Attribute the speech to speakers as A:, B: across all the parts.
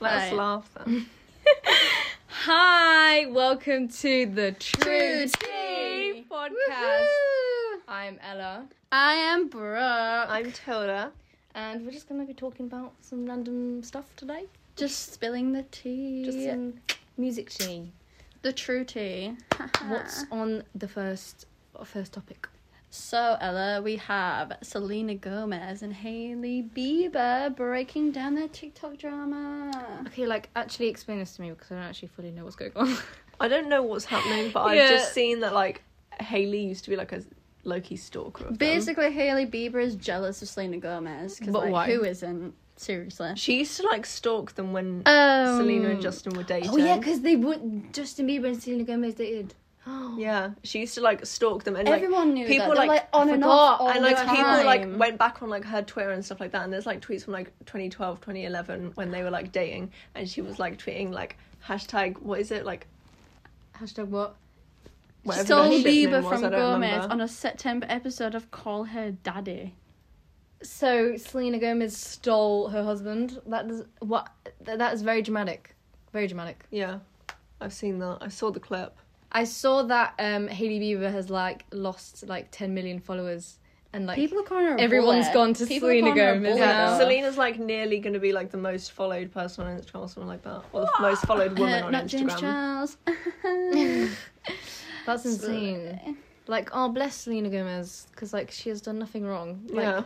A: Let us
B: Right.
A: laugh then.
B: Hi, welcome to the True,
C: True
B: Tea
C: Tea.
B: podcast. I'm Ella,
C: I am Brooke.
A: I'm Tilda.
B: and we're just gonna be talking about some random stuff today.
C: just spilling the tea.
B: Just some music tea.
C: the true tea.
B: What's on the first uh, first topic?
C: so Ella? We have Selena Gomez and Hailey Bieber breaking down their TikTok drama.
B: Okay, like actually explain this to me because I don't actually fully know what's going on.
A: I don't know what's happening, but I've
B: Yeah.
A: just seen that like Haley used to be like a Loki stalker. Of them.
C: Basically, Hailey Bieber is jealous of Selena Gomez because
B: But
C: like,
B: why?
C: who isn't? Seriously.
A: She used to like stalk them when
C: Um,
A: Selena and Justin were dating.
B: Oh yeah, because they would Justin Bieber and Selena Gomez dated.
A: Yeah, she used to like stalk them and like,
C: Um, Everyone knew
A: people,
C: that. They're,
A: like,
C: like, on and off
B: forgot
C: all
A: and like
C: the
A: people
C: time.
A: like went back on like her Twitter and stuff like that, and there's like tweets from like 2012, 2011 when they were like dating, and she was like tweeting like hashtag what is it like
B: Hashtag what?
C: She
A: whatever
C: stole
A: their shit name
C: Bieber
A: was,
C: from
A: I don't
C: Gomez
A: remember.
C: on a September episode of Call Her Daddy.
B: So Selena Gomez stole her husband. That is what. th- That is very dramatic. Very dramatic.
A: Yeah, I've seen that. I saw the clip.
B: I saw that um Hailey Bieber has like lost like 10 million followers and like
C: People are calling her a
B: everyone's
C: bullet.
B: gone to
C: People are
B: Selena
C: calling her a
B: Gomez
C: bullet
B: now.
C: now.
A: Selena's like nearly going to be like the most followed person on Instagram or something like that, or the most followed woman
C: Uh,
A: on
C: not James
A: Instagram.
C: Charles.
B: That's insane.
A: eh.
B: Like oh bless Selena Gomez because like she has done nothing wrong. Like,
A: yeah,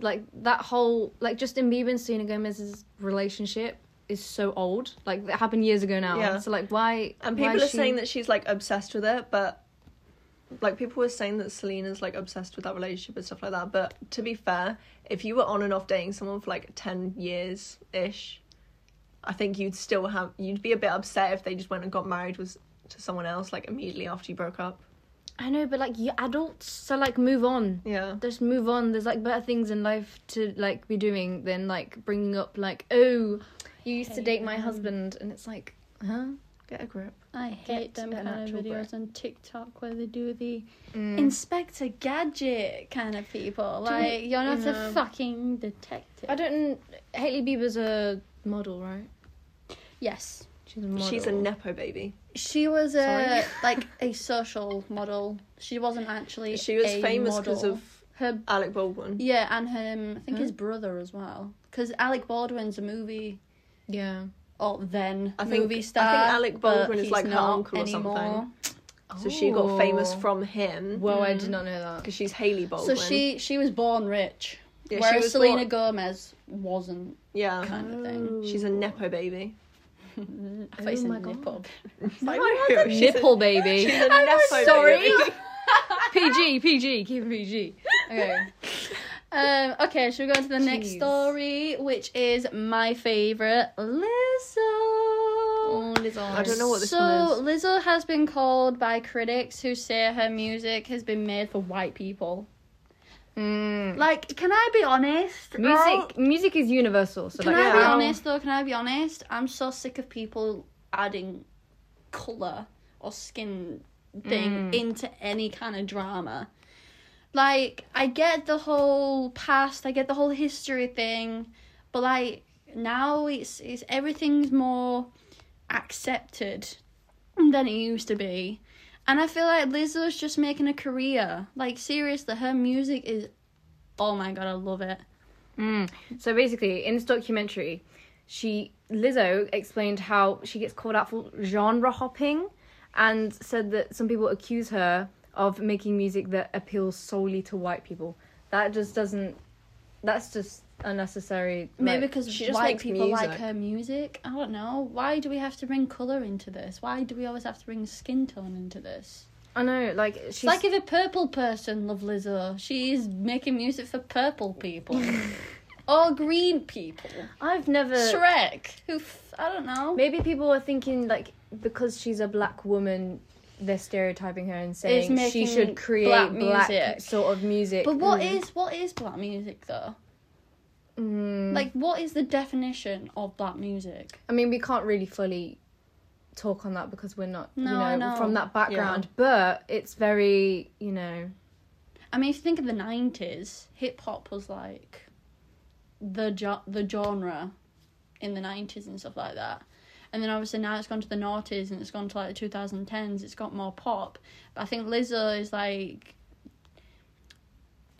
B: Like that whole like Justin Bieber and Selena Gomez's relationship is so old. Like that happened years ago now.
A: Yeah.
B: So like why?
A: and
B: why
A: people
B: is
A: are
B: she-
A: saying that she's like obsessed with it, but like people were saying that Selena's like obsessed with that relationship and stuff like that. But to be fair, if you were on and off dating someone for like ten years ish, I think you'd still have you'd be a bit upset if they just went and got married was to someone else like immediately after you broke up.
B: I know, but like you adults, so like move on.
A: Yeah.
B: Just move on. There's like better things in life to like be doing than like bringing up like oh, you used to date my
C: um,
B: husband, and it's like huh.
A: Get a grip.
C: I hate them
B: an
C: kind of
B: actual
C: videos
B: Brit.
C: on TikTok where they do the
A: Mm.
C: Inspector Gadget kind of people.
B: Do we-
C: Like you're not
B: Yeah.
C: a fucking detective.
B: I don't. Haley Bieber's a model, right?
C: Yes,
B: She's a model.
A: She's a nepo baby.
C: she was
B: Sorry?
C: a like a social model. She wasn't actually.
A: She was
C: a
A: famous because
C: model.
A: of
C: her.
A: Alec Baldwin.
C: Yeah, and him. I think
B: Huh?
C: his brother as well. Because Alec Baldwin's a movie.
B: yeah.
C: Or Oh, then
A: I think- I
C: movie
A: think
C: star.
A: Alec
C: but
A: Baldwin is
C: he's
A: like her
C: not
A: uncle or something.
C: anymore.
A: So she got famous from Mm. him
B: Whoa, Oh. I did not know that.
A: because she's Haley
C: So
A: Baldwin.
C: she she was born rich,
A: Yeah, she
C: whereas
A: was
C: Selena
A: born- Oh,
C: Gomez wasn't
A: yeah,
C: kind of thing.
A: she's a nepo baby.
C: I thought you
B: Oh
C: said
B: my
C: nipple.
A: Like,
B: a nipple baby.
A: She's a nepo
B: sorry.
A: baby.
B: PG, PG, keep it PG. Okay.
C: Um, okay, should we go on to the next
B: Jeez.
C: story, which is my favorite, Lizzo.
B: Oh, Lizzo.
A: I don't know what this
C: so
A: one
C: Lizzo has been called by critics who say her music has been made for white people.
B: Mm.
C: Like, can I be honest?
B: Music, music is universal. So
C: Can
B: like,
C: I be
B: how-
C: honest though? Can I be honest? I'm so sick of people adding color or skin thing into any kind of drama. Like, I get the whole past, I get the whole history thing, but like now it's it's everything's more accepted than it used to be. And I feel like Lizzo's just making a career. Like seriously, her music is oh my god, I love it.
B: Mm. So basically, in this documentary, she Lizzo explained how she gets called out for genre hopping, and said that some people accuse her of making music that appeals solely to white people. That just doesn't. That's just unnecessary.
C: Maybe
B: like-
C: because
A: she just
C: white
A: makes
C: people like
A: music.
C: her music. I don't know. Why do we have to bring colour into this? Why do we always have to bring skin tone into this?
B: I know, like
C: It's
B: she's
C: like if a purple person loved Lizzo, she is making music for purple people. or green people.
B: I've
A: Uh,
B: never.
C: Shrek, who, f- I don't know.
B: Maybe people are thinking like because she's a black woman, they're stereotyping her and saying she
C: making
B: should create black,
C: black music.
B: sort of music.
C: But what
B: Mm.
C: is what is black music though?
B: Mm.
C: Like what is the definition of black music?
B: I mean, we can't really fully talk on that because we're not, you
C: No,
B: know,
C: I know.
B: from that background. But it's very, you know,
C: I mean, if you think of the nineties, hip hop was like the jo- the genre in the 90s and stuff like that. And then obviously now it's gone to the noughties and it's gone to like the 2010s, it's got more pop. But I think Lizzo is like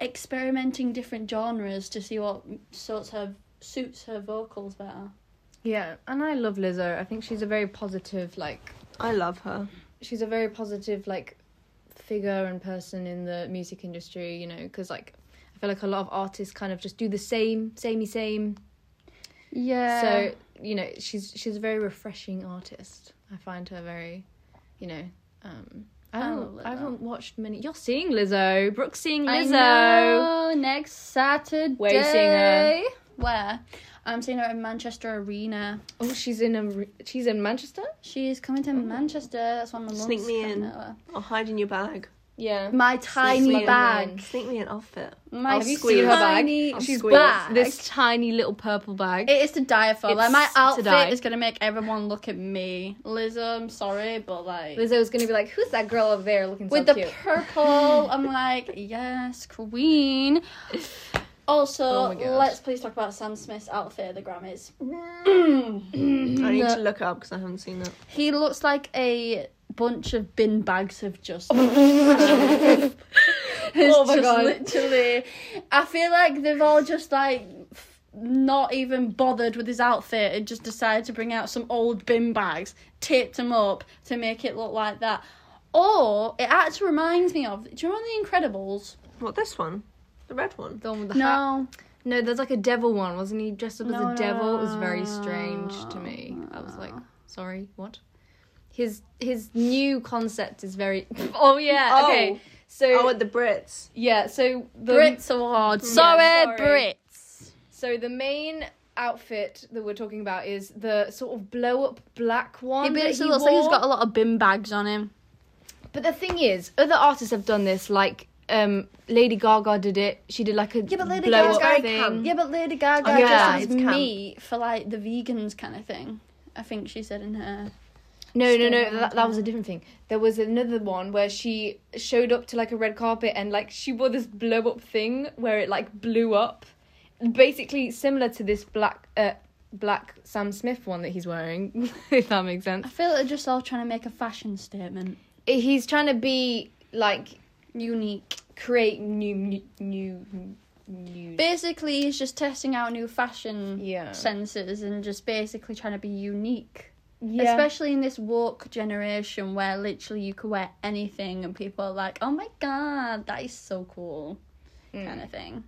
C: experimenting different genres to see what sorts her suits her vocals better.
B: Yeah, and I love Lizzo. I think she's a very positive, like
A: I love her.
B: she's a very positive, like figure and person in the music industry. You know, because like I feel like a lot of artists kind of just do the same, samey same.
C: Yeah.
B: So you know, she's she's a very refreshing artist. I find her very, you know, um, I
C: I
B: haven't
C: love
B: I
C: Lizzo.
B: haven't watched many. You're seeing Lizzo, Brooke's seeing
C: I
B: Lizzo.
C: know, next Saturday.
B: Where you seeing her?
C: Where? I'm seeing her in Manchester Arena.
B: Oh, she's in a re- she's in Manchester.
C: She's coming to Manchester. That's one of my mum's
A: Sneak me
C: coming
A: in.
C: over.
A: Or hide in your bag.
B: Yeah.
C: My
B: me
C: tiny
B: in.
C: bag.
A: Sneak me an outfit.
C: My
A: Have you
C: squeeze.
A: seen her bag?
C: tiny
A: I'll
B: She's
A: squeeze.
B: got
C: bag.
B: this tiny little purple bag.
C: It is to die for. like my
B: It's to die.
C: outfit is gonna make everyone look at me. Lizzo, I'm sorry, but like
B: Lizzo was gonna be like, "Who's that girl over there looking so
C: with the
B: cute?"
C: purple, I'm like, yes, queen. Also,
B: Oh my gosh.
C: let's please talk about Sam Smith's outfit at the Grammys.
A: I need to look it up because I haven't seen it.
C: He looks like a bunch of bin bags of just.
B: Oh my God.
C: Literally, I feel like they've all just like f- not even bothered with his outfit and just decided to bring out some old bin bags, taped them up to make it look like that. Or it actually reminds me of. Do you remember The Incredibles?
A: What this one? The red one.
B: The one with the hat.
C: No.
B: No, there's like a devil one, wasn't he dressed up
C: No,
B: as
C: no,
B: a devil? It was
C: no,
B: very
C: no,
B: strange
C: no,
B: to me. I was like,
C: no.
B: sorry, what? His his new concept is very. Oh yeah,
A: Oh.
B: okay. So
A: Oh, with the Brits.
B: yeah, so the
C: Brits Award. Sorry,
B: sorry.
C: Brits.
B: so the main outfit that we're talking about is the sort of blow up black one.
C: He
B: that
C: basically
B: he
C: looks like he's
B: wore.
C: got a lot of bin bags on him.
B: But the thing is, other artists have done this. Like um, Lady Gaga did it. She did like a blow up thing.
C: Mm. Oh, Yeah, but Lady Gaga
A: Okay,
C: just
A: it's
C: as
A: camp.
C: meat for like the vegans kind of thing. I think she said in her.
B: No, no,
C: Still
B: no.
C: on
B: That, that was a different thing. There was another one where she showed up to like a red carpet and like she wore this blow up thing where it like blew up, basically similar to this black uh, black Sam Smith one that he's wearing. if that makes sense.
C: I feel like they're just all trying to make a fashion statement.
B: He's trying to be like
C: Unique.
B: create new new new. new
C: Basically, he's just testing out new fashion
B: yeah.
C: senses and just basically trying to be unique.
B: yeah.
C: Especially in this woke generation where literally you could wear anything and people are like, oh my god, that is so cool.
B: Mm.
C: kind of thing.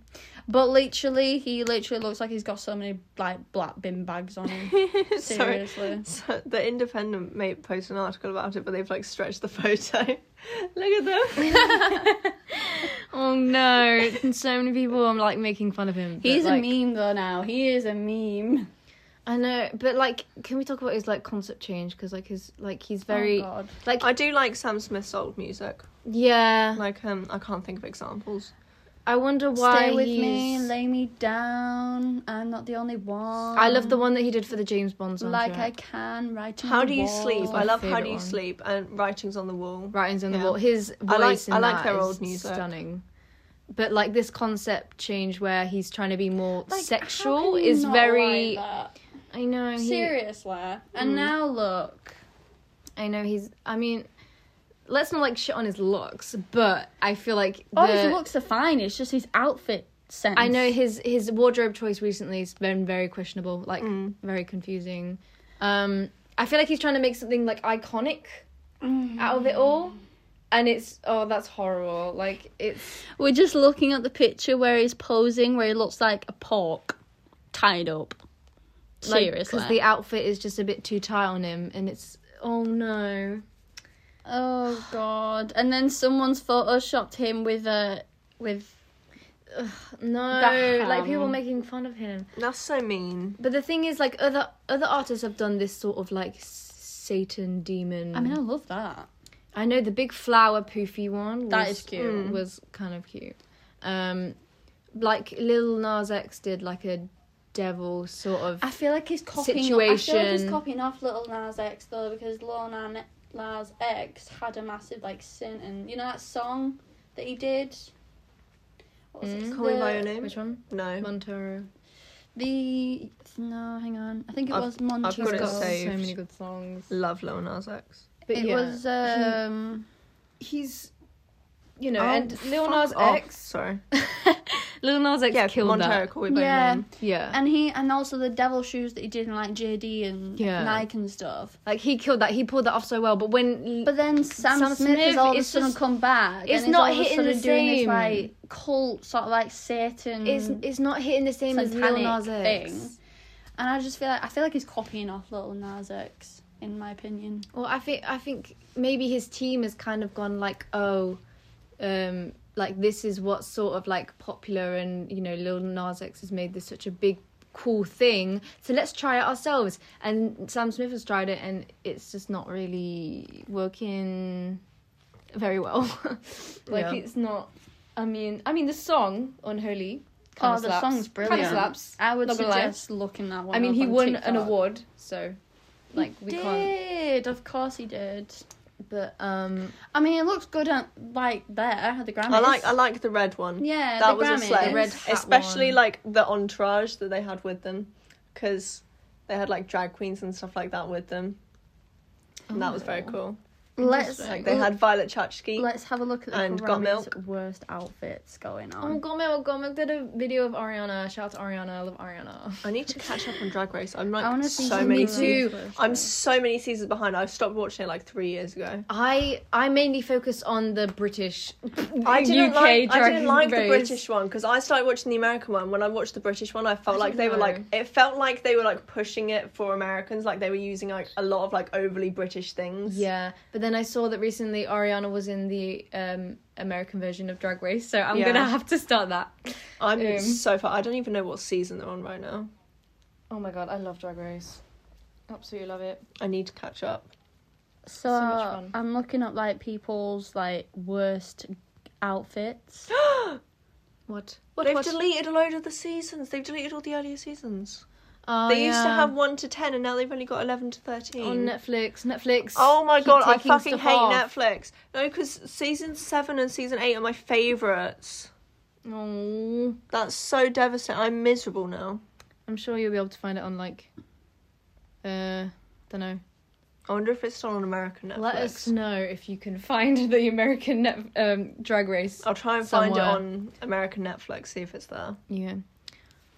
C: But literally, he literally looks like he's got so many like black bin bags on him.
A: Sorry.
C: Seriously.
A: So the Independent mate posted an article about it, but they've like stretched the photo. Look at them.
B: Oh no! And so many people are like making fun of him. but,
C: He's
B: like, Oh
C: a meme though now. He is a meme.
B: I know, but like, can we talk about his like concept change? Because like his like he's very
C: Oh, God.
B: like
A: I do like Sam Smith's old music.
B: yeah.
A: Like um, I can't think of examples.
B: I wonder why
C: Stay with me,
B: he's.
C: lay me down. I'm not the only one.
B: I love the one that he did for the James Bond song.
C: like I
B: right?
C: can write. on
A: How
C: the
A: do you sleep?
C: wall.
A: I love How
B: Favourite
A: Do You
B: one.
A: Sleep and Writings on the Wall.
B: writings on the
A: Yeah.
B: wall. His
A: I like-
B: voice
A: I
B: in
A: like
B: that
A: their
B: is
A: old music.
B: stunning. But like this concept change where he's trying to be more
C: Like, how
B: sexual
C: can you
B: is
C: not
B: very.
C: like that?
B: I know. He,
C: seriously.
A: Mm.
C: And now look.
B: I know he's. I mean, let's not like shit on his looks, but I feel like
C: Oh,
B: the-
C: his looks are fine. It's just his outfit sense.
B: I know his his wardrobe choice recently has been very questionable, like
C: Mm.
B: very confusing. Um, I feel like he's trying to make something like iconic
C: Mm.
B: out of it all, and it's oh that's horrible. Like it's
C: We're just looking at the picture where he's posing, where he looks like a pork tied up.
B: like
C: Seriously.
B: because the outfit is just a bit too tight on him, and it's oh no.
C: oh god! And then someone's photoshopped him with a with.
B: No,
C: Damn.
B: like people making fun of him.
A: That's so mean.
B: But the thing is, like other other artists have done this sort of like Satan demon.
C: I mean, I love that.
B: I know the big flower poofy one. Was,
C: That is cute.
B: mm, Was kind of cute. Um, like Lil Nas X did, like a devil sort of.
C: I feel like he's copying. I feel like
B: Situation.
C: he's copying off Little Nas X though, because Lil Nan- Nas X had a massive like sin, and you know that song that he did. What was
B: Mm.
C: it?
A: Call me by your
C: The-
A: name.
B: Which one?
A: No.
B: Montero.
C: The No, hang on. I think it
A: I've-
C: was Mon
A: I've got it
B: He's got
C: Chicos.
A: saved.
B: so many good songs.
A: Love Lil Nas X.
B: But
C: It
B: yeah,
C: was um
B: he's, you know,
A: Oh,
B: and Lil
A: fuck
B: Nas
A: off.
B: X.
A: Sorry.
B: Lil Nas X
A: Yeah,
B: killed
A: Montero,
B: that.
A: Call Me by Your
C: Yeah.
A: Name.
B: Yeah.
C: and he and also the devil shoes that he did in like JD and
B: Yeah.
C: Nike and stuff.
B: Like he killed that. He pulled that off so well. But when
C: But then Sam,
B: Sam
C: Smith, has
B: Smith,
C: all of a
B: it's
C: sudden
B: just-
C: come back.
B: it's
C: and he's
B: not
C: all of a
B: hitting
C: sudden
B: the
C: doing this
B: same.
C: like cult sort of like Satan
B: it's it's not hitting the same as Lil
C: satanic
B: Mm. Nas X.
C: thing. And I just feel like I feel like he's copying off Little Nas X, in my opinion.
B: Well, I think I think maybe his team has kind of gone like, oh, um, like this is what's sort of like popular, and you know, Lil Nas X has made this such a big cool thing, so let's try it ourselves. And Sam Smith has tried it, and it's just not really working very well. like
A: Yeah.
B: it's not. I mean, I mean the song Unholy. Kind
C: oh,
B: of
C: the
B: slaps.
C: song's brilliant.
B: Kind of slaps.
C: I would
B: Not gonna lie.
C: suggest looking that one.
B: I mean,
C: up
B: he
C: on
B: won an
C: TikTok.
B: award, so like we
C: He
B: can't.
C: did, of course he did.
B: But um,
C: I mean, it looks good at like there at the Grammys.
A: I like I like the red one.
C: yeah,
A: that
C: the
A: was
C: Grammys.
A: a slay.
B: The red hat
A: Especially
B: one.
A: like the entourage that they had with them, because they had like drag queens and stuff like that with them, and that was very
B: Oh.
A: cool.
C: Let's
A: Like they had Violet Chachki.
C: Let's have a look at the
A: and Got
C: Grammys
A: Milk.
C: worst outfits going
B: Oh,
C: on.
B: Gomel, Gomel did a video of Ariana. Shout out to Ariana. I love Ariana.
A: I need to catch up on Drag Race. I'm
C: I
A: like
C: want to see
A: so
C: some
A: many.
C: of
B: too.
C: those worst
A: I'm
C: ones.
A: so many seasons behind. I stopped watching it like three years ago.
B: I I mainly focus on the British,
A: I didn't
B: UK
A: like, I
B: drag
A: didn't like the
B: race.
A: British one because I started watching the American one. When I watched the British one, I felt
B: I
A: like
B: don't
A: they were
B: know.
A: like it felt like they were like pushing it for Americans. Like they were using like a lot of like overly British things.
B: Yeah, but then I saw that recently Ariana was in the um, American version of Drag Race, so I'm
A: Yeah.
B: gonna have to start that.
A: I'm
B: Um,
A: so far. I don't even know what season they're on right now.
B: Oh my god, I love Drag Race. Absolutely love it.
A: I need to catch up.
C: So,
B: so much fun.
C: I'm looking up like people's like worst outfits.
B: What? What?
A: They've
B: what?
A: deleted a load of the seasons. They've deleted all the earlier seasons.
B: Oh,
A: they used to
B: yeah.
A: have one to ten, and now they've only got eleven to thirteen.
B: on Netflix. Netflix.
A: Oh my
B: keep
A: god, I
B: taking
A: fucking
B: stuff
A: hate
B: off.
A: Netflix. No, because season seven and season eight are my favorites.
B: Oh,
A: That's so devastating. I'm miserable now.
B: I'm sure you'll be able to find it on like, uh, don't know.
A: I wonder if it's still on American Netflix.
B: Let us know if you can find the American net, um, Drag Race.
A: I'll try and
B: somewhere.
A: find it on American Netflix. See if it's there.
B: Yeah.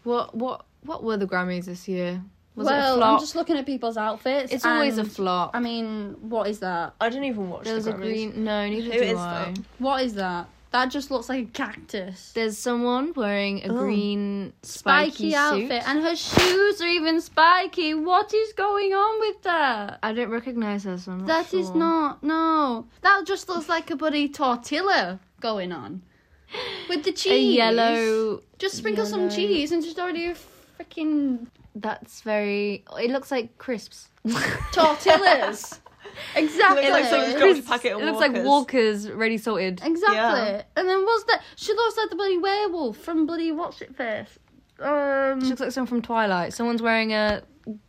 B: What what what were the Grammys this year? Was it a
C: well,
B: flop?
C: I'm just looking at people's outfits.
B: It's always a
C: and-
B: flop.
C: I mean, what is that?
A: I didn't even watch
B: There was
A: the
B: a
A: Grammys.
B: green. No, neither
A: Who
B: do
A: is
B: I.
A: that?
C: What is that? That just looks like a cactus.
B: There's someone wearing a
A: Oh.
B: green
C: Spiky,
B: spiky,
C: outfit,
B: suit.
C: and her shoes are even spiky. What is going on with that?
B: I don't recognize her. So I'm not
C: That is
B: sure.
C: not no. That just looks like a bloody tortilla going on with the cheese.
B: a yellow.
C: Just sprinkle some
B: yellow-
C: cheese and just already a freaking
B: That's very. It looks like crisps.
C: tortillas. exactly.
A: It looks like she's got a packet
B: it
A: of
B: looks like
A: Walkers.
B: Walkers ready sorted.
C: exactly.
A: Yeah.
C: And then what's that? She looks like the bloody werewolf from bloody what's it face. Um.
B: She looks like someone from Twilight. Someone's wearing a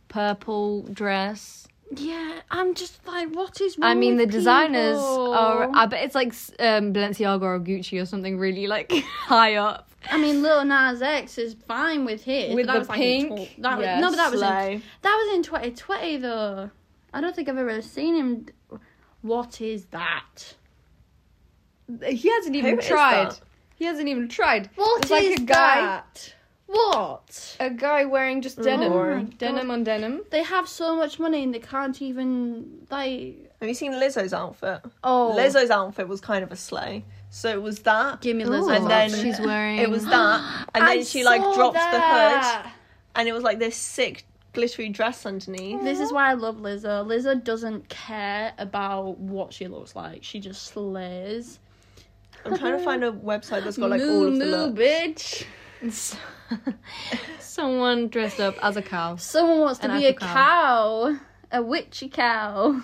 B: purple dress.
C: yeah, I'm just like, what is? Wrong
B: I mean, the
C: with
B: designers
C: people?
B: are. I bet it's like s- um, Balenciaga or Gucci or something really like high up.
C: I mean, Lil Nas X is fine with his.
B: With the
C: but that was Like in
B: pink?
C: tw- that
B: Yeah,
C: was, no, but that was in
A: Slay.
C: That was in 2020 though. I don't think I've ever seen him. What is that?
B: He hasn't
A: even tried.
B: He hasn't even tried.
C: What
B: It's
C: is
B: like a guy-
C: that? What?
B: A guy wearing just
A: denim.
C: Oh my
B: denim
C: God.
B: on denim.
C: They have so much money and they can't even like.
A: Have you seen Lizzo's outfit?
C: Oh,
A: Lizzo's outfit was kind of a sleigh. So it was that.
C: give me
B: Ooh.
C: Lizzo.
A: And then
B: She's wearing-
A: It was that, and then
C: I
A: she like
C: saw
A: dropped the hood,
C: that.
A: and it was like this sick glittery dress underneath.
C: This is why I love Lizzo. Lizzo doesn't care about what she looks like. She just slays.
A: I'm trying to find a website that's got like
C: moo,
A: all of the
C: moo,
A: looks.
C: bitch.
B: Someone dressed up as a cow.
C: Someone wants to
B: An
C: be a
B: Africa.
C: cow, a witchy cow.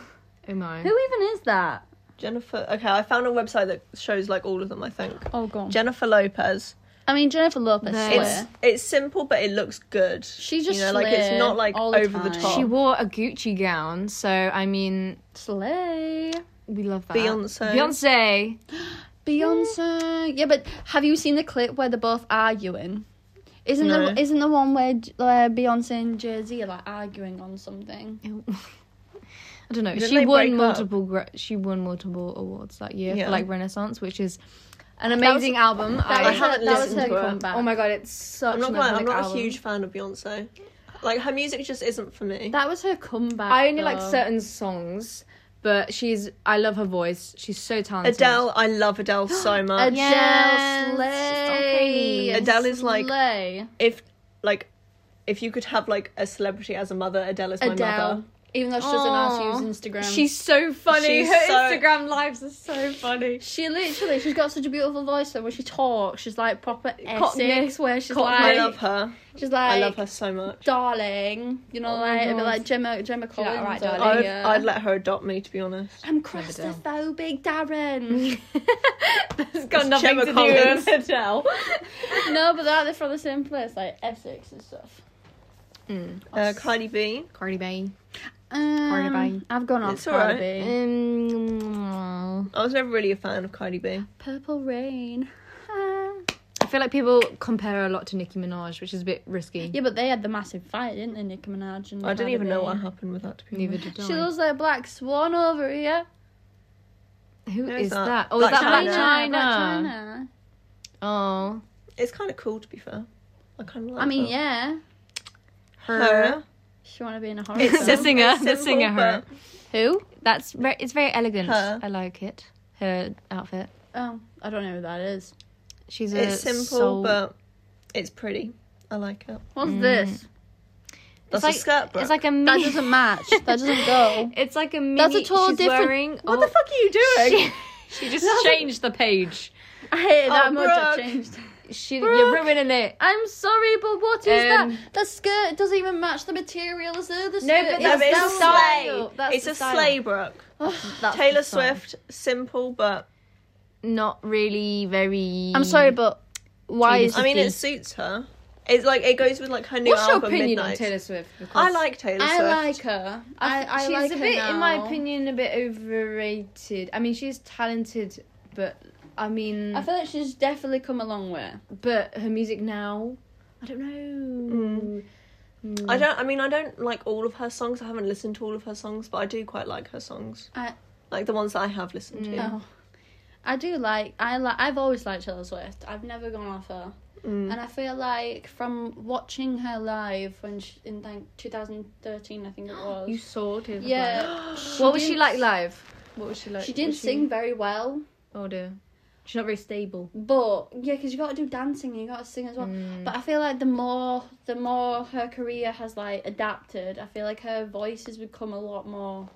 B: Oh my.
C: Who even is that?
A: Jennifer. Okay, I found a website that shows like all of them. I think
C: Oh god.
A: Jennifer Lopez.
C: I mean Jennifer Lopez.
B: No.
C: slay.
A: It's it's simple, but it looks good.
C: She just
A: you know, like it's
C: slay
A: not like
C: all the
A: over the
C: time.
A: top.
B: She wore a Gucci gown, so I mean,
C: slay.
B: we love that.
A: Beyonce.
B: Beyonce.
C: Beyonce. Yeah, but have you seen the clip where they both arguing? Isn't
B: No.
C: the isn't the one where J- where Beyonce and Jay Z are like arguing on something?
B: I don't know.
A: Didn't
B: she
A: they break
B: won
A: up?
B: multiple. Gra- she won multiple awards that year
A: Yeah.
B: for like Renaissance, which is an
C: was-
B: amazing album.
C: That
A: I
C: was
A: haven't
C: her, that was
A: listened
C: her
A: to it.
C: comeback.
B: Oh my god, it's such.
A: I'm not
B: an
A: gonna, lie, I'm
B: iconic
A: not
B: album.
A: a huge fan of Beyonce. Like her music just isn't for me.
C: Oh That was her comeback.
B: I only like
C: though.
B: certain songs, but she's. I love her voice. She's so talented.
A: Adele, I love Adele so much.
C: Adele
B: Yes.
C: Slay.
B: Yes.
A: Adele is like-
C: Slay.
A: if like if you could have like a celebrity as a mother, Adele is my mother.
C: Adele. Even though she doesn't know how
B: Aw.
C: to use Instagram.
B: She's so funny.
A: She's
B: her
A: so-
B: Instagram lives are so funny.
C: she literally she's got such a beautiful voice though when she talks, she's like proper
B: Cockney.
C: Essex where she's
B: Cockney.
A: I
C: like
A: love her.
C: she's like
A: I love her so much.
C: darling. You know,
B: Oh my
C: like it'd be
B: God.
C: like Gemma Gemma Collins.
B: like, "Right,
C: or-
B: darling."
A: I'd,
C: yeah.
A: I'd let her adopt me, to be honest.
C: I'm
B: Never do.
C: claustrophobic, Darren.
B: That's got
A: It's
B: nothing
A: Gemma
B: to
A: Collins.
B: do with Adele.
C: no, but they're from the same place, like Essex and stuff.
B: mm.
A: Uh, Cardi B.
B: Cardi B.
C: Um,
B: Bye.
C: I've gone off
A: It's
C: Cardi
A: alright.
C: B.
B: Um,
A: I was never really a fan of Cardi B.
C: Purple Rain.
B: I feel like people compare her a lot to Nicki Minaj, which is a bit risky.
C: yeah, but they had the massive fight, didn't they, Nicki Minaj and
A: I don't
C: Cardi
A: even know
C: B?
A: what happened with that. To be
B: Neither
A: honest.
B: did I.
C: She looks like Black Swan over here.
B: Who
A: Who
B: is
A: is
B: that?
A: that?
B: Oh, is that
A: Black
B: Black
A: China.
B: China?
C: Blac Chyna.
B: Oh,
A: It's kind of cool, to be fair. I kind of like.
C: I mean,
A: her.
C: yeah.
A: Her.
C: She want to be in a horror
A: It's
B: It's
C: film.
B: the
A: sim-
B: singer,
A: it's
B: the
A: simple,
B: singer, her.
A: but-
B: Who? That's very, it's very elegant.
A: Her.
B: I like it. Her outfit.
C: Oh, I don't know who that is.
B: She's a
A: It's simple,
B: soul-
A: but it's pretty. I like it.
C: What's this?
A: That's
B: like,
A: a skirt, bro.
B: It's like a
C: That
B: mini.
C: doesn't match. That doesn't go.
B: It's like a mini.
C: That's a total
B: she's
C: different-
B: Wearing,
A: what the fuck are you doing?
B: She, she just changed the page.
C: I hate it that
A: Oh,
C: much. I
A: Brooke.
C: changed.
B: She, you're
C: Brooke.
B: ruining it.
C: I'm sorry, but what is
B: Um,
C: that? The skirt doesn't even match the material as the other skirt.
B: No, but
A: No,
B: that's
A: but it's
B: the
A: a
B: style.
A: sleigh.
B: That's
A: it's
B: the
A: a
B: style.
A: sleigh, Brooke.
B: That's
A: Taylor
B: the song.
A: Swift, simple, but
B: Not really very.
C: I'm sorry, but why
B: Taylor
C: is
A: I mean,
B: Fifty.
A: it suits her. It's like it goes with like her new
B: What's your
A: album.
B: opinion on
A: Midnight.
B: Taylor Swift? Because
A: I like Taylor
C: I
A: Swift.
C: like her. I, I
B: she's
C: like
B: a
C: her
B: bit, in my
C: now.
B: opinion, a bit overrated. I mean, she's talented, but I mean,
C: I feel like she's definitely come a long way.
B: but her music now, I don't know. Mm.
A: I don't. I mean, I don't like all of her songs. I haven't listened to all of her songs, but I do quite like her songs.
C: I-
A: like the ones that I have listened to.
B: Mm.
C: Oh. I do like I like I've always liked Taylor Swift. I've never gone off her,
A: Mm.
C: and I feel like from watching her live when she, in like 2013, I think it was.
B: You saw Taylor. Swift.
C: yeah.
B: What was she
C: didn't-
B: like live? What was she like?
C: She didn't
B: was
C: sing very well,
B: Oh dear. She's not very stable. Mm.
C: but yeah, because you got to do dancing and you got to sing as well. But I feel like the more the more her career has like adapted, I feel like her voice has become a lot more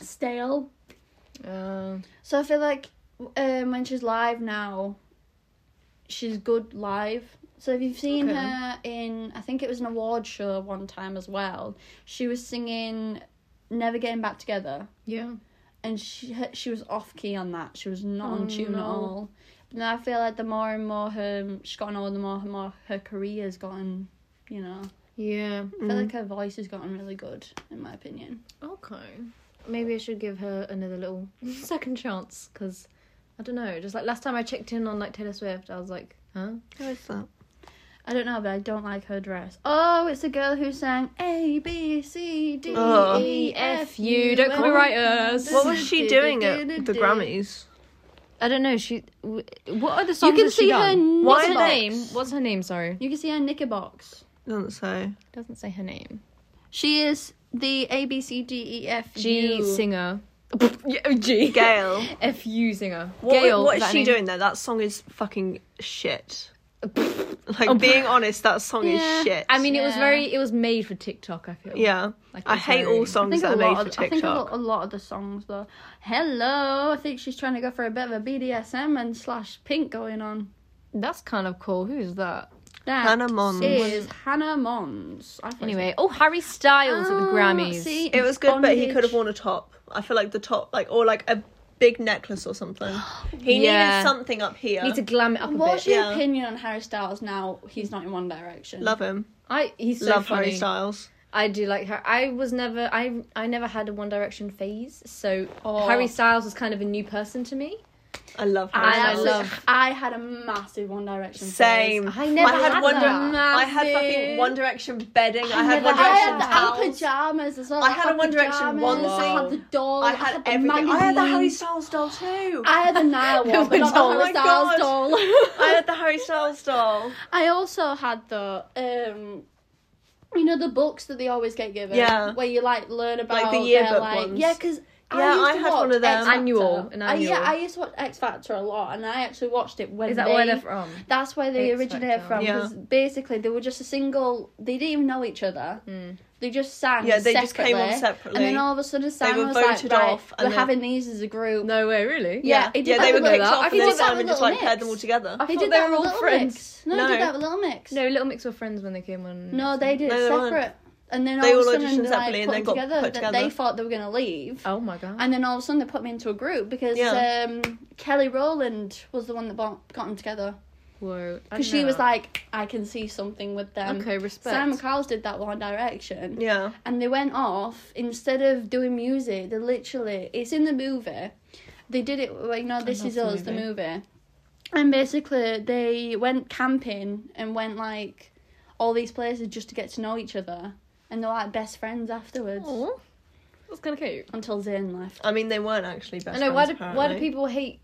C: stale.
B: Uh,
C: So I feel like um, when she's live now, she's good live. So if you've seen
B: Okay.
C: her in, I think it was an award show one time as well. She was singing "Never Getting Back Together,"
B: yeah.
C: and she her- she was off key on that. She was not
B: Oh,
C: on tune
B: no.
C: at all. But now I feel like the more and more her she's gotten older, the more and more her career's gotten. You know,
B: Yeah.
C: I feel like her voice has gotten really good, in my opinion.
B: Okay. Maybe I should give her another little second chance because I don't know. Just like last time I checked in on like Taylor Swift, I was like, huh?
A: Who is that?
C: I don't know, but I don't like her dress. Oh, it's a girl who sang A B C D
A: Ugh.
C: E F
B: You
C: U.
B: don't
C: When
B: copyright
C: we
B: us.
C: come
A: What was she doing at the
C: do-do-do-do-do.
A: Grammys?
B: I don't know. She. w- What are the
C: You
B: songs?
C: can
B: has she
C: see her.
B: done? What's her
A: Box.
B: name? What's her name? Sorry,
C: You can see her knicker box.
A: Doesn't say.
B: doesn't say her name.
C: She is the A B C D E F U.
B: G singer. Yeah, G
A: Gail.
B: F U singer.
A: What,
B: Gail.
A: what
B: is
A: is
B: that
A: she
B: her name?
A: doing there? That song is fucking shit. Like being honest, that song
C: Yeah.
A: is shit.
B: I mean, it was
C: Yeah.
B: very. It was made for TikTok. I feel.
A: yeah.
B: Like, it
A: I
B: was
A: hate
B: very-
A: all
C: I
A: songs
C: think, a
A: that are made
C: lot
A: for
C: of, I think a,
A: TikTok.
C: lot, a lot of the songs though. Hello, I think she's trying to go for a bit of a BDSM and slash pink going on.
B: That's kind of cool. Who is that?
C: That
A: Hannah Mons.
C: is Hannah Mons. I thought it was
B: Anyway. Oh, Harry Styles at the
C: Oh,
B: Grammys.
C: see?
A: It was good, but he
C: Bondage.
A: could have worn a top. I feel like the top, like or like a big necklace or something. He
B: Yeah.
A: needed something up here.
B: Need to glam it up a
C: What's
B: bit.
C: your
A: yeah.
C: opinion on Harry Styles now? He's not in One Direction.
A: Love him.
B: I he's so
A: Love
B: funny.
A: Harry Styles.
B: I do like her. I was never I I never had a One Direction phase, so
C: Oh.
B: Harry Styles was kind of a new person to me.
A: I love Harry
C: I,
B: I
A: Styles.
C: actually-
B: love-
C: I had a massive One Direction. phase.
A: Same.
B: I never
A: I had,
B: had
A: One
B: that.
A: Di- I had fucking
C: Massive.
A: One Direction bedding. I, had
B: never
A: One
C: I
A: Direction
C: had the
A: towels.
C: apple pajamas as well.
A: I had a One Direction
C: pajamas, I
A: onesie.
C: had the doll.
A: I had
C: the
A: everything. I had the Harry
C: magazine.
A: Styles doll too.
C: I had the Nile one, but not
A: Oh
C: the
A: my
C: Harry Styles
A: God.
C: doll.
A: I had the Harry Styles doll.
C: I also had the um you know the books that they always get given.
A: Yeah.
C: Where you like learn about
A: Like the
C: their,
A: yearbook
C: like,
A: ones.
C: Yeah, because
A: Yeah,
C: I,
A: I
C: used to
A: had
C: watch
A: one of them.
C: X Factor.
B: Annual, an
C: I- yeah,
B: annual.
C: I used to watch X Factor a lot, and I actually watched it when
B: Is that
C: they,
B: where they're from?
C: That's where they
B: X
C: originated
B: Factor.
C: from.
A: Yeah.
C: Because basically they were just a single. They didn't even know each other.
B: Mm.
C: They just sang.
A: Yeah, they just
C: separately,
A: came on separately.
C: And then all of a sudden, Simon
A: were
C: was
A: voted
C: like,
A: off
C: right,
A: and
C: we're
A: then-
C: having these as a group.
B: No way, really?
C: Yeah, it
A: yeah,
C: did
A: they
C: that
A: were
C: with
A: kicked
C: Little- I
A: off, and
C: did
A: then
C: that
A: Simon
C: with
A: just
C: Little
A: like paired them
C: Mix.
A: all together.
B: I
C: They
B: thought
C: did
B: they
C: that
B: were
C: with
B: all
C: Little
B: friends.
C: Mix. No,
A: No.
C: they did that with Little Mix.
B: No, Little Mix were friends when they came on.
C: No, they did
A: No,
C: it
A: they weren't.
C: separate. And then all
A: They
C: of a
A: all
C: sudden,
A: auditioned
C: they,
A: separately
C: like,
A: and
C: put
A: then got
C: together
A: put
C: that they
A: together.
C: thought they were going to leave.
B: Oh my god.
C: And then all of a sudden, they put me into a group because
A: Yeah.
C: um, Kelly Rowland was the one that bo- got them together.
B: Whoa. I
C: Because she
B: know.
C: was like, I can see something with them.
B: okay, respect.
C: Simon Cowell's did that One Direction.
A: Yeah,
C: And they went off, instead of doing music, they literally, it's in the movie. They did it, well, you know, This
B: love
C: Is
B: the
C: Us, the movie. And basically, they went camping and went like all these places just to get to know each other. And they're like best friends afterwards.
B: Aw. That's kind of cute.
C: Until Zayn left.
A: I mean they weren't actually best.
B: I know. Why do
A: friends,
B: why do
A: apparently.
B: people hate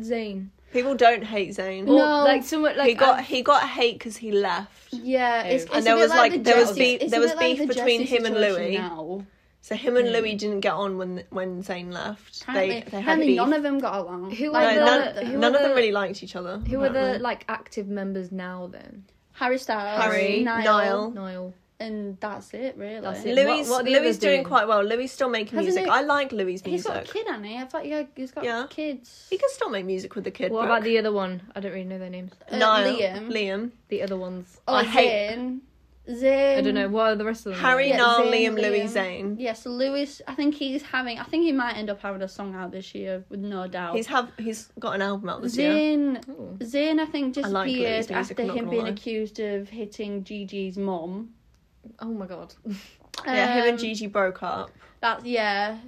B: Zayn?
A: People don't hate Zayn.
C: No,
B: like someone like
A: he got
B: I-
A: he got hate because he left.
C: Yeah, it's, it's
B: And
C: a
A: there
C: bit
A: was,
C: like,
A: like,
C: the
A: there was
C: Jesse-
A: beef-
C: it's a
A: there
C: bit
A: was
C: like
A: beef
C: the
A: between
C: Jesse
A: him and
C: situation
A: Louis.
C: Now.
A: So him and Louis didn't get on when when Zayn left.
C: Hmm. Apparently,
A: they they had
C: apparently
A: beef.
C: none of them got along.
B: Who
A: No,
B: are
C: like,
B: the-
C: none of
A: none,
C: them.
B: who
A: none
B: are
A: of them
B: the-
A: really liked each other.
B: who are the
A: apparently.
B: like active members now then?
C: Harry Styles,
A: Harry,
C: Niall,
A: Niall.
B: Niall.
C: and that's it really.
B: That's it.
A: Louis?
B: what are the
A: Louis
B: others
A: doing
B: doing?
A: quite well. Louis still making
C: Hasn't
A: music.
C: he-
A: I like Louis'
C: He's got a
A: music.
C: kid, hasn't he? I thought yeah, he's got
A: Yeah.
C: kids.
A: He can still make music with the kid.
B: What
A: Brooke.
B: about the other one? I don't really know their names.
C: Uh,
A: Niall,
C: Liam.
A: Liam,
B: The other ones.
C: Oh,
A: I hate-
C: Zayn. Zayn.
B: I don't know. What are the rest of them?
A: Um, Harry,
C: Yeah,
A: Niall,
C: Zayn,
A: Liam, Louis,
C: Liam.
A: Zayn.
C: Yeah, so Louis, I think he's having. I think he might end up having a song out this year, with no doubt.
A: He's have he's got an album out this year.
C: Zayn.
B: Ooh.
C: Zayn, I think,
A: I like Louis'
C: disappeared
A: music,
C: after
A: I'm not
C: him
A: gonna
C: being
A: lie.
C: accused of hitting Gigi's mum.
B: Oh my god.
A: yeah, him
C: Um,
A: and Gigi broke up.
C: That yeah.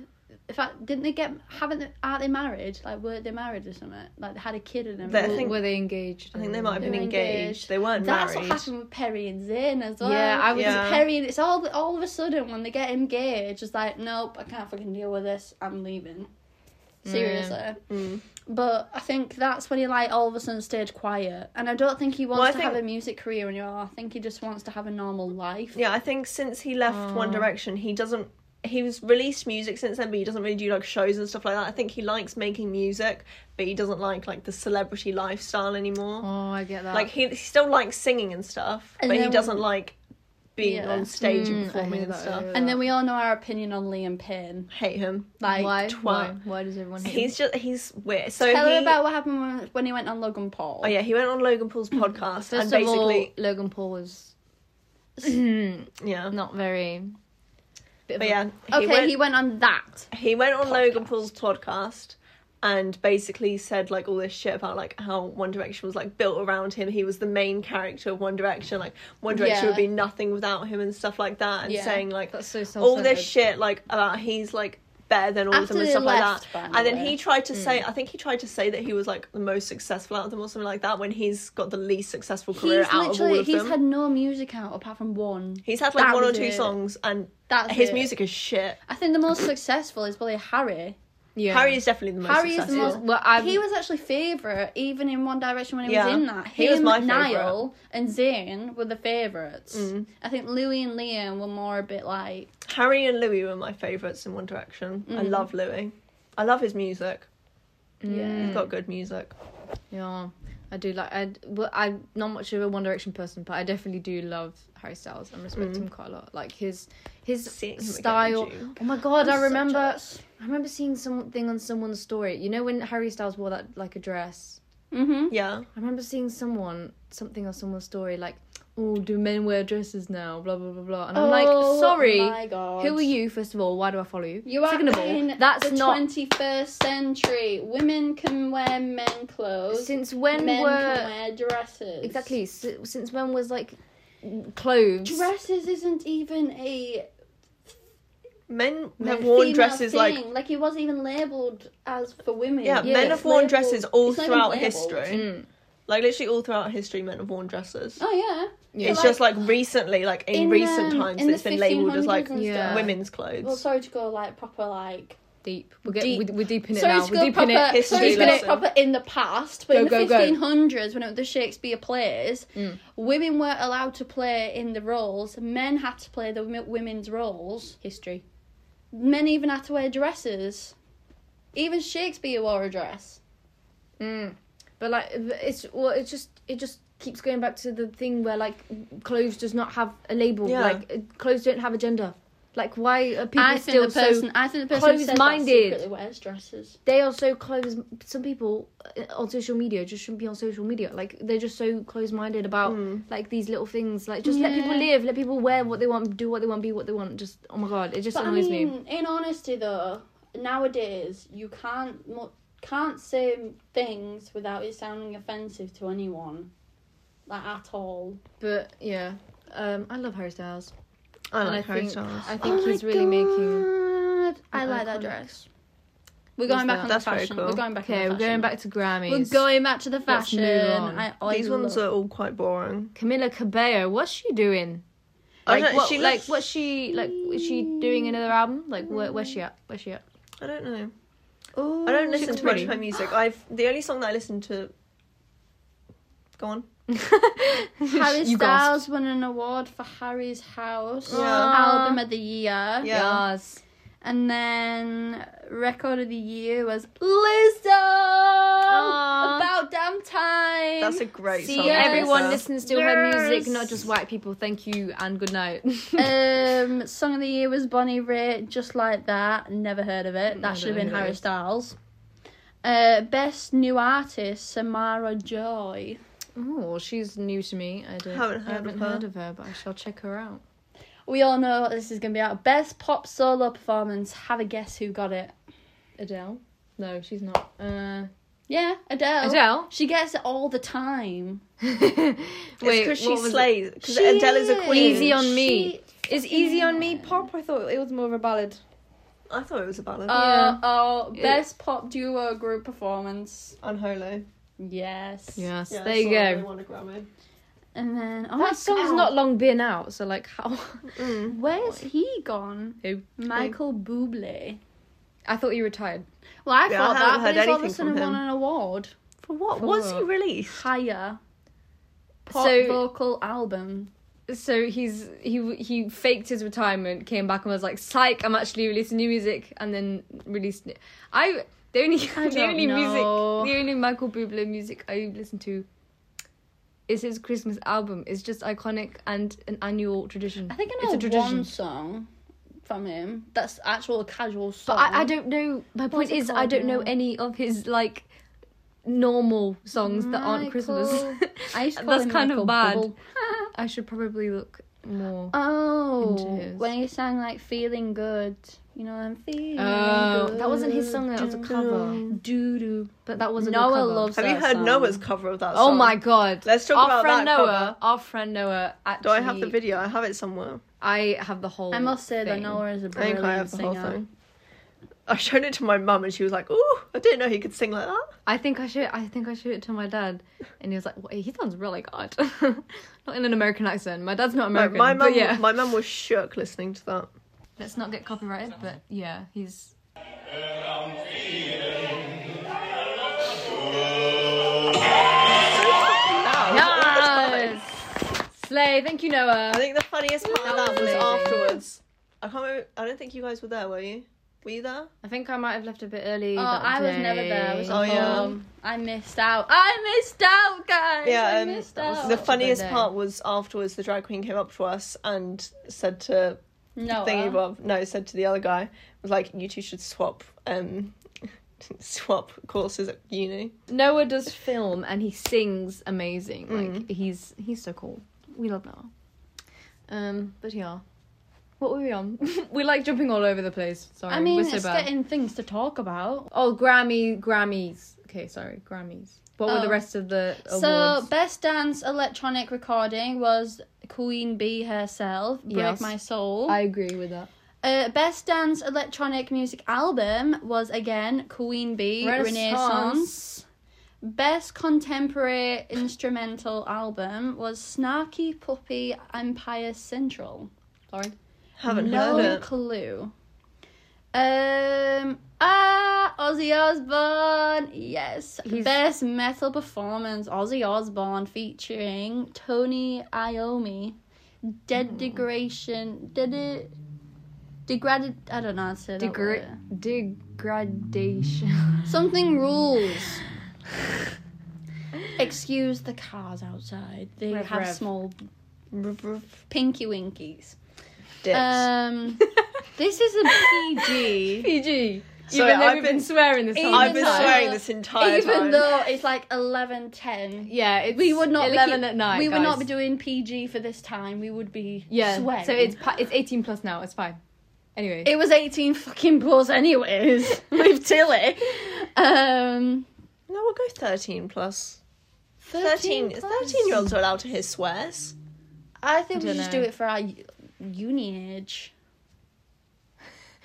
C: In fact, didn't they get? Haven't they, aren't they married? Like, were they married or something? Like, they had a kid and
A: But I
C: everything.
B: Were-
A: think-
B: were they engaged?
A: I think they might have
C: They
A: been
C: were
A: engaged.
C: engaged.
A: They weren't
C: That's
A: married.
C: what happened with Perry and Zayn as well.
B: Yeah, I was-
A: Yeah.
C: Perry. and It's all all of a sudden when they get engaged, it's like, nope, I can't fucking deal with this. I'm leaving. Seriously,
A: Mm.
C: but I think that's when he like all of a sudden stayed quiet, and I don't think he wants
A: Well, I
C: to
A: think-
C: have a music career anymore. I think he just wants to have a normal life.
A: Yeah, I think since he left One
B: Oh.
A: Direction, he doesn't. He's released music since then, but he doesn't really do like shows and stuff like that. I think he likes making music, but he doesn't like like the celebrity lifestyle anymore.
B: Oh, I get that.
A: Like he, he still likes singing and stuff,
C: And
A: but he
C: then-
A: doesn't like being
C: Yeah.
A: on stage
B: Mm, I
A: and performing
B: hear
A: and
B: that, I
A: stuff.
B: hear
C: And then we all know our opinion on Liam Payne.
A: Hate him.
C: Like,
B: why?
A: twat.
B: Why? Why does everyone hate?
A: He's just he's weird. So
C: tell
A: he,
C: her about what happened when, when he went on Logan Paul.
A: oh yeah, he went on Logan Paul's podcast
B: First
A: and
B: of all,
A: basically
B: Logan Paul was
A: yeah,
B: not very. Bit of
A: but
B: a-
A: yeah, he
C: Okay,
A: went-
C: he went on that.
A: he went on Logan
C: Podcast.
A: Paul's podcast and basically said like all this shit about like how One Direction was like built around him. He was the main character of One Direction. Like One Direction
C: Yeah.
A: would be nothing without him and stuff like that. And
C: Yeah.
A: saying like
B: That's so self
A: all this shit like about he's like better than all of
C: After
A: them and
C: they
A: stuff like
C: left,
A: that.
C: by the
A: And then
C: way. Mm.
A: he tried to say, I think he tried to say that he was like the most successful out of them or something like that. When he's got the least successful career
C: He's
A: out of all
C: literally
A: of
C: he's
A: them.
C: had no music out apart from one.
A: He's had like
C: That
A: one or
C: was
A: two
C: it.
A: songs, and
C: That's
A: his
C: it.
A: music is shit.
C: I think the most successful is probably Harry.
B: Yeah.
A: Harry is definitely the most
C: Harry is the
A: successful.
C: most.
B: Well, I've-
C: he was actually favorite even in One Direction when he
A: Yeah.
C: was in that. Him,
A: He was my favourite.
C: Niall and Zayn were the favorites.
A: Mm.
C: I think Louis and Liam were more a bit like
A: Harry and Louis were my favourites in One Direction. I
C: Mhm.
A: love Louis. I love his music.
C: Yeah.
A: He's got good music.
B: Yeah, I do like. I well, I'm not much of a One Direction person, but I definitely do love Harry Styles and respect
A: Mm.
B: him quite a lot. Like his his
A: Seeing him again in
B: style.
A: June.
B: Oh my god,
C: I'm
B: I
C: so
B: remember.
C: jealous.
B: I remember seeing something on someone's story. You know when Harry Styles wore that like a dress.
C: Mhm.
A: Yeah.
B: I remember seeing someone something on someone's story like, "Oh, do men wear dresses now?" Blah blah blah blah. And I'm
C: Oh
B: like, sorry.
C: my God.
B: Who are you, first of all? Why do I follow you?
C: You are
B: Second of
C: in
B: all, that's
C: the
B: not.
C: 21st century. Women can wear men clothes.
B: Since when
C: men can
B: were
C: wear dresses.
B: exactly? s- Since when was like clothes?
C: Dresses isn't even a
A: Men
C: a
A: have worn
C: female
A: dresses like
C: thing. like it wasn't even labeled as for women.
A: yeah,
B: Yeah,
A: men
B: it's
A: have worn
C: labelled-
A: dresses all
C: it's not even
A: throughout
C: labelled.
A: history.
B: Mm.
A: Like literally all throughout history, men have worn dresses.
C: Oh
B: Yeah.
A: it's
C: like-
A: just like recently, like in,
C: In,
A: recent
C: um,
A: times,
C: in the
A: it's been labeled as like
C: 1500s and
B: Yeah.
C: stuff.
A: women's
C: yeah.
A: clothes.
C: Well, sorry to go like proper like.
B: Deep. We're, get,
C: Deep.
B: We're, we're deep in it
C: sorry
B: now.
C: to
B: We're
C: go
B: deep
C: proper.
B: in it.
A: History
C: sorry to go
A: lesson.
C: proper in the past, but
B: Go,
C: in
B: go,
C: the
B: go.
C: fifteen hundreds when it was the Shakespeare plays,
B: Mm.
C: women weren't allowed to play in the roles. Men had to play the wo- women's roles.
B: History.
C: Men even had to wear dresses. Even Shakespeare wore a dress.
B: Mm. But like it's well, it's just it just keeps going back to the thing where like clothes does not have a label.
A: Yeah.
B: Like uh, clothes don't have a gender. Like why are people
C: I
B: still
C: think the person.
B: so?
C: I think the person who said that
B: closed-minded.
C: secretly wears dresses.
B: They are so close. Some people uh, on social media just shouldn't be on social media. Like they're just so close-minded about
A: Mm.
B: like these little things. Like just let people
C: Yeah.
B: live, let people wear what they want, do what they want, be what they want. Just oh my god, it just
C: But I
B: annoys me.
C: mean, in honesty though, nowadays you can't mu- can't say things without it sounding offensive to anyone, like at all.
B: But yeah, um, I love Harry Styles.
A: I
B: and
A: like
B: I
A: Harry
B: think-
A: Styles. Oh
B: I think he's really making.
C: making. Oh I
B: an
C: like that
B: iconic-
C: dress. We're
B: What's
C: going back
B: that?
C: on
A: That's
C: the
A: very
C: fashion.
A: cool.
C: We're going back.
B: Okay,
C: on the
B: we're going
C: fashion.
B: back to Grammys.
C: We're going back to the
B: Let's
C: fashion.
B: move on.
C: I always
A: These ones are all quite boring.
B: Camilla Cabello, what's she doing?
A: I
B: Like,
A: don't-
B: what,
A: Oh, she
B: like
A: looks-
B: what's she like? Is she doing another album? Like, where, where's she at? Where's she at?
A: I don't know.
C: Ooh.
A: I don't listen
B: looks
A: to much
B: Oh, pretty.
A: of her music. I've the only song that I listen to. Go on.
C: Harry
B: You
C: Styles won an award for Harry's House
A: Yeah.
C: album of the year.
A: Yeah.
B: Yes.
C: And then record of the year was Lizzo
B: Aw.
C: about damn time.
A: That's a great
B: See,
A: song. uh,
C: Yes.
B: everyone
A: Lisa.
B: listens to her music,
C: Yes.
B: not just white people. Thank you and good night.
C: um song of the year was Bonnie Raitt, just like that. Never heard of it.
B: I
C: That should have
B: don't
C: been
B: know who it
C: Harry
B: is.
C: Styles. Uh, best new artist Samara Joy.
B: oh, she's new to me. I don't,
A: Haven't
B: I
A: heard
B: haven't
A: of her.
B: heard of her, but I shall check her out.
C: We all know what this is gonna be out. Best pop solo performance. Have a guess who got it?
B: Adele? No, she's not. Uh,
C: Yeah, Adele.
B: Adele?
C: She gets it all the time.
B: Wait,
A: It's because she
B: what was it?
A: slays. Because
C: She
A: Adele is a
C: is.
A: queen.
B: Easy on
C: She
B: me. Is easy on me
C: is.
B: pop? I thought it was more of a ballad.
A: I thought it was a ballad.
C: Uh,
B: Yeah.
C: oh,
B: Yeah.
C: best pop duo group performance.
A: Unholy.
C: Yes.
B: Yes, there you go.
C: And then oh my
B: That song's
C: God.
B: not long been out, so like how?
A: Mm.
C: Where's he gone?
B: Who?
C: Michael Bublé.
B: I thought you retired.
C: Well, I
A: Yeah, I
C: thought
A: haven't
C: that, but
A: heard
C: he's all of a
A: anything from
C: sudden won
A: him.
C: an award.
A: For what
B: For
A: was
B: what?
A: he released?
C: Higher. Pop
B: So-
C: vocal album.
B: So he's he he faked his retirement, came back and was like, "Psych, I'm actually releasing new music," and then released it. I the only
C: I
B: the
C: don't
B: only
C: know.
B: music the only Michael Bublé music I listen to is his Christmas album. It's just iconic and an annual tradition.
C: I think I
B: it's
C: know
B: a tradition.
C: one song from him. That's actual casual
B: But
C: song.
B: I, I don't know. My point
C: it
B: is, I
C: called
B: don't know
C: now?
B: any of his like normal songs that aren't Christmas.
C: Michael- I used to call
B: That's
C: him
B: kind of
C: Michael
B: bad.
C: Bubble.
B: I should probably look more.
C: Oh,
B: Into his.
C: when he sang like "Feeling Good," you know, I'm feeling good.
B: Oh, that wasn't his song. That was a cover.
C: Doo doo.
B: But that was a
C: Noah
B: good cover.
C: loves.
A: Mm. Have you
C: that
A: heard
C: song.
A: Noah's cover of that song?
B: Oh my god!
A: Let's talk
B: our
A: about
B: friend
A: that
B: Noah.
A: cover.
B: Our friend Noah. Actually,
A: Do I have the video? I have it somewhere.
B: I have the whole.
C: I must say that
B: thing.
C: Noah is a
A: I
C: brilliant
A: think I have the
C: singer.
A: whole thing. I showed it to my mum and she was like, "Oh, I didn't know he could sing like that."
B: I think I should. I think I showed it to my dad, and he was like, "Wait, "He sounds really good." not in an American accent. My dad's not
A: Like,
B: American.
A: my
B: but
A: mum,
B: yeah.
A: my mum was shook listening to that.
B: Let's not get copyrighted, but yeah, he's. Yes! Slay, thank you,
A: I
B: Noah.
A: think the funniest part
B: That
A: of that
B: was
A: was
B: amazing.
A: afterwards. I can't remember. I don't think you guys were there, were you? Were you there?
B: I think I might have left a bit early.
C: Oh,
B: that
C: I was
B: day.
C: never there. I was
A: Oh,
C: at
A: yeah.
C: home. I missed out. I missed out, guys. I
A: Yeah,
C: missed
A: um,
C: out.
A: the
B: fun-
A: funniest
B: day.
A: part was afterwards the drag queen came up to us and said to
C: no,
A: thingy bob no said to the other guy was like you two should swap um swap courses at uni
B: Noah does film and he sings amazing.
C: Mm.
B: Like he's he's so cool. We love Noah. Um, but yeah, what were we on? we like jumping all over the place. Sorry,
C: I mean,
B: we're so
C: it's
B: bad.
C: getting things to talk about.
B: Oh, Grammy, Grammys. Okay, sorry, Grammys. What were the
C: Oh.
B: rest of the
C: So,
B: awards?
C: best dance electronic recording was Queen Bee herself, "Break
B: Yes.
C: My Soul."
B: I agree with that.
C: Uh, best dance electronic music album was again Queen Bee Renaissance. Best contemporary instrumental album was Snarky Puppy Empire Central. Sorry,
A: Haven't
C: no uh,
A: heard it.
C: clue. Um. Ah, Ozzy Osbourne. Yes,
B: He's-
C: best metal performance. Ozzy Osbourne featuring Tony Iommi.
A: Hmm.
C: Dead degradation. Did it? Degraded. I don't know how to say that word.
B: Degra- degradation.
C: Something rules. Excuse the cars outside. They
B: Rev,
C: have
B: rev.
C: small pinky winkies.
A: Dicks.
C: Um, this is a PG.
B: PG.
A: So
B: even though
A: I've
B: we've
A: been-
B: been swearing this whole
A: I've
C: I've
A: been
C: been
B: time.
A: swearing
C: swearing
A: this
C: this
A: entire
C: Even though it's like eleven ten,
B: Yeah, it's
C: we would not
B: eleven
C: be,
B: at night.
C: We would not be
B: guys.
C: doing PG for this time. We would be
B: Yeah,
C: Sweating.
B: so it's pa- it's eighteen plus now. It's fine. Anyway,
C: it was eighteen fucking plus anyways with Tilly. Um,
A: no, we'll go 13 plus.
C: 13
A: 13
C: plus.
A: 13 year olds are allowed to hear swears.
C: I think
B: I
C: we
B: don't
C: just
B: know.
C: do it for our u- uni age.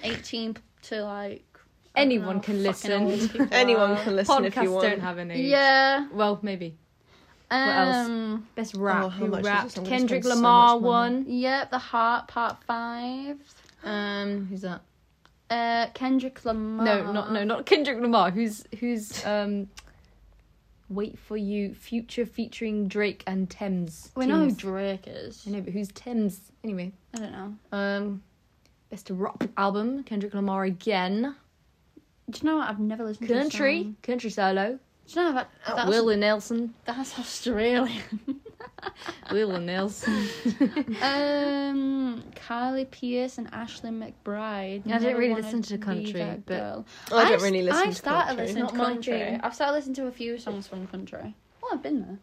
C: Eighteen p- to like I don't
B: Anyone
C: know,
B: can
C: fucking
B: listen.
C: old people
A: Anyone
C: are.
A: can listen if you
B: podcasts
A: want.
B: don't have an age.
C: Yeah.
B: Well, maybe else?
C: Um,
B: best rap.
A: Oh, how
B: Who
A: much is this?
B: rapped?
A: I'm gonna
B: Kendrick
A: spend so
B: Lamar
A: much money.
B: won.
C: Yep, the heart part five.
B: Um, who's that?
C: Uh, Kendrick Lamar.
B: No, not no, not Kendrick Lamar. Who's who's um. Wait for you, future featuring Drake and Thames.
C: We know who
B: Thames.
C: Drake is.
B: I know, but who's Thames? Anyway,
C: I don't know.
B: um, best rock album Kendrick Lamar again.
C: Do you know what? I've never listened
B: Country,
C: to
B: country solo.
C: this song. Do you know that? That's,
B: Willie Nelson.
C: that's Australian.
B: Willie Nelson.
C: um, Kylie Pierce and Ashley McBride.
B: Yeah, I didn't
C: Never
B: really
C: wanna
B: listen to
C: be
B: country,
C: that
B: but-
C: girl.
A: Oh, I don't
C: I've-
A: really listen
C: I've
A: to
C: started
A: country.
C: listening
B: Not
C: to
B: my
C: country.
B: thing.
C: I've started listening to a few songs from country. Oh, I've been there.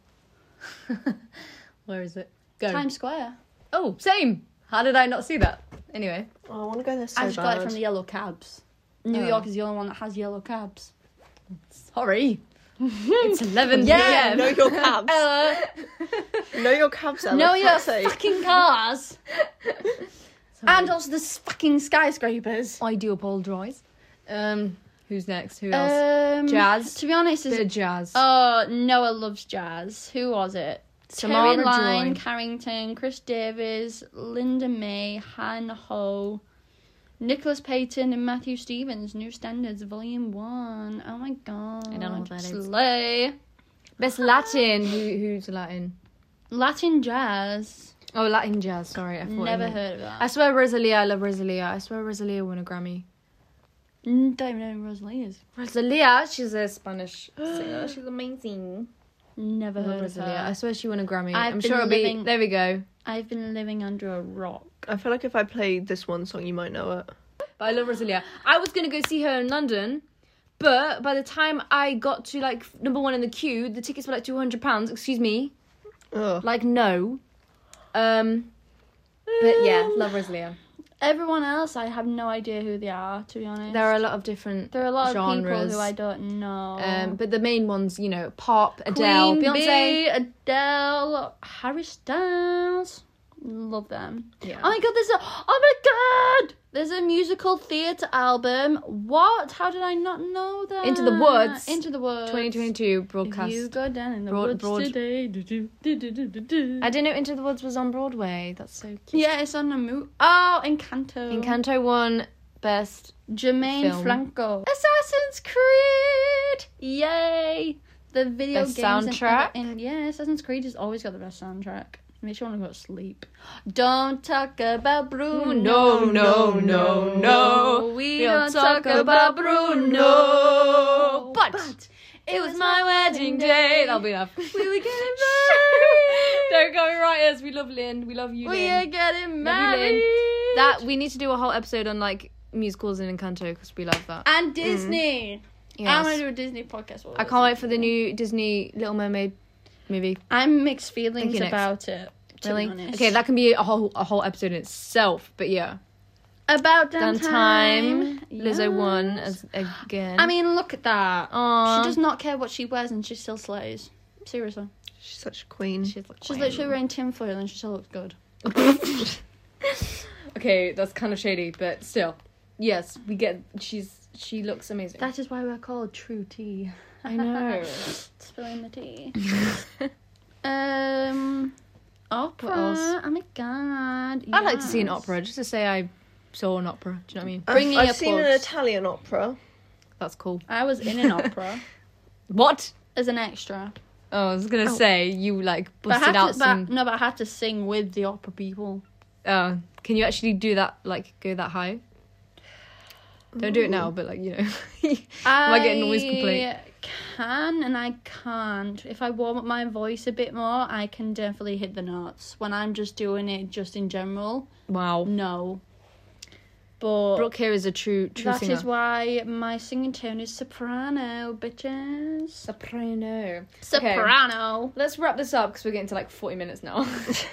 B: Where is it? Go.
C: Times Square.
B: Oh, same. How did I not see that? Anyway,
A: Oh, I want to go there so
C: I just
A: bad.
C: got it from the yellow cabs. New
B: Oh.
C: York is the only one that has yellow cabs.
B: sorry. it's 11
A: yeah,
B: p.m.
A: know your cabs.
C: Uh,
A: know your cabs, Ella.
C: No,
A: for
C: your
A: fuck's sake.
C: fucking cars. and also the s- fucking skyscrapers.
B: I do apologize. Um, who's next? Who else?
C: Um,
B: Jazz.
C: To be honest,
B: Bit
C: is
B: of jazz.
C: oh Noah loves jazz. Who was it?
B: Tamara
C: Terry Lyne
B: Joy.
C: Carrington, Chris Davies, Linda May, Han Ho, Nicholas Payton, and Matthew Stevens. New Standards, Volume One. Oh my god!
B: I don't know what that is.
C: Slay.
B: Best Latin. Who, who's Latin?
C: Latin jazz.
B: Oh, Latin jazz. Sorry, I thought you
C: Never
B: meant-
C: heard of that.
B: I swear, Rosalia. I love Rosalia. I swear, Rosalia won a Grammy.
C: Mm, don't even know who Rosalie is.
B: Rosalia, she's a Spanish singer. She's amazing.
C: Never heard of
B: Rosalia. I
C: her.
B: swear she won a Grammy. i
C: I've
B: am
C: been
B: sure it'll be.
C: living-
B: There we go.
C: I've been living under a rock.
A: I feel like if I play this one song, you might know it.
B: But I love Rosalia. I was gonna go see her in London, but by the time I got to like f- number one in the queue, the tickets were like two hundred pounds. Excuse me,
A: Ugh.
B: like no. Um, but yeah, love Rosalia.
C: Everyone else, I have no idea who they are, to be honest.
B: There are a lot of different
C: there are a lot of
B: genres.
C: people who I don't know.
B: um, but the main ones, you know, pop, Adele,
C: Queen
B: Beyonce.
C: Bee, Adele, Harry Styles. Love them.
B: Yeah.
C: Oh my god, there's a oh my god, there's a musical theatre album. What? How did I not know that?
B: Into the Woods.
C: Into the woods.
B: 2022 Oh, broadcast.
C: If you go down in the
B: Broad-
C: woods
B: broad-
C: today. do, do, do, do, do, do, do.
B: I didn't know Into the Woods was on Broadway. That's so cute.
C: Yeah, it's on a movie. Oh, Encanto.
B: Encanto won best.
C: Jermaine
B: Film.
C: Franco. Assassin's Creed! Yay! The video
B: Best
C: games and-
B: soundtrack?
C: And, yeah, Assassin's Creed has always got the best soundtrack. Makes you want to go to sleep. Don't talk about Bruno.
B: No, no, no, no. We
C: We don't talk about Bruno. But, it was my wedding day.
B: That'll be enough.
C: we were getting married.
B: Don't copyright us. We love Lynn. We love you,
C: we
B: Lynn.
C: are getting
B: Love you, Lynn.
C: married.
B: That we need to do a whole episode on like musicals in Encanto because we love that.
C: and Disney. I want to
B: Mm-hmm. Yes.
C: do a Disney podcast.
B: I can't wait for the new Disney Little Mermaid movie.
C: I'm
B: Thank
C: mixed feelings
B: you, next.
C: about it. To
B: Really?
C: Be honest.
B: Okay, that can be a whole a whole episode in itf. But yeah,
C: about damn
B: done time.
C: time.
B: Lizzo won
C: Yes.
B: as, again.
C: I mean, look at that.
B: Aww.
C: She does not care what she wears, and she still slays. Seriously,
A: She's such a queen.
B: She's, like,
C: she's literally wearing tinfoil, and she still looks good.
B: okay, that's kind of shady, but still, yes, we get. She's she looks amazing.
C: That is why we're called True Tea.
B: I know.
C: Spilling the tea. um, opera.
B: else?
C: Oh my god.
B: I'd like to see an
C: yes.
B: opera just to say I saw an opera. Do you know what I mean?
C: Bringing
A: I've,
C: up
A: I've seen an
C: plugs.
A: Italian opera.
B: That's cool.
C: I was in an opera
B: What?
C: as an extra.
B: Oh, I was gonna
A: Oh.
B: say you like
C: But I
B: busted
C: had
B: out
C: to,
B: some.
C: but, no, but I had to sing with the opera people.
B: Oh, can you actually do that? Like go that high? Don't do it now, but like you know,
C: I
B: I getting noise complaint?
C: Can and I can't. If I warm up my voice a bit more, I can definitely hit the notes. When I'm just doing it, just in general,
B: wow.
C: no. But
B: Brooke here is a true true
C: that
B: singer.
C: is why my singing tone is soprano, bitches.
B: Soprano.
C: Soprano.
B: Let's wrap this up because we're getting to like forty minutes now.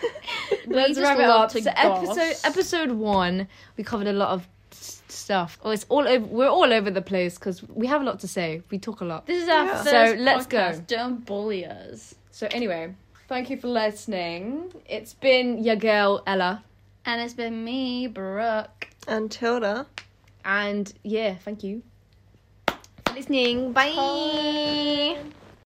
C: We
B: Let's
C: just
B: wrap it
C: love
B: up.
C: to
B: So episode
C: goss.
B: episode one, we covered a lot of s- stuff. Oh, it's all over. We're all over the place because we have a lot to say. We talk a lot.
C: This is our
A: Yeah.
C: first
B: So, let's go.
C: podcast. Don't bully us.
B: So anyway, thank you for listening. It's been your girl Ella,
C: And it's been me, Brooke.
A: And Tilda.
B: and yeah, thank you for listening. Bye.
C: Bye.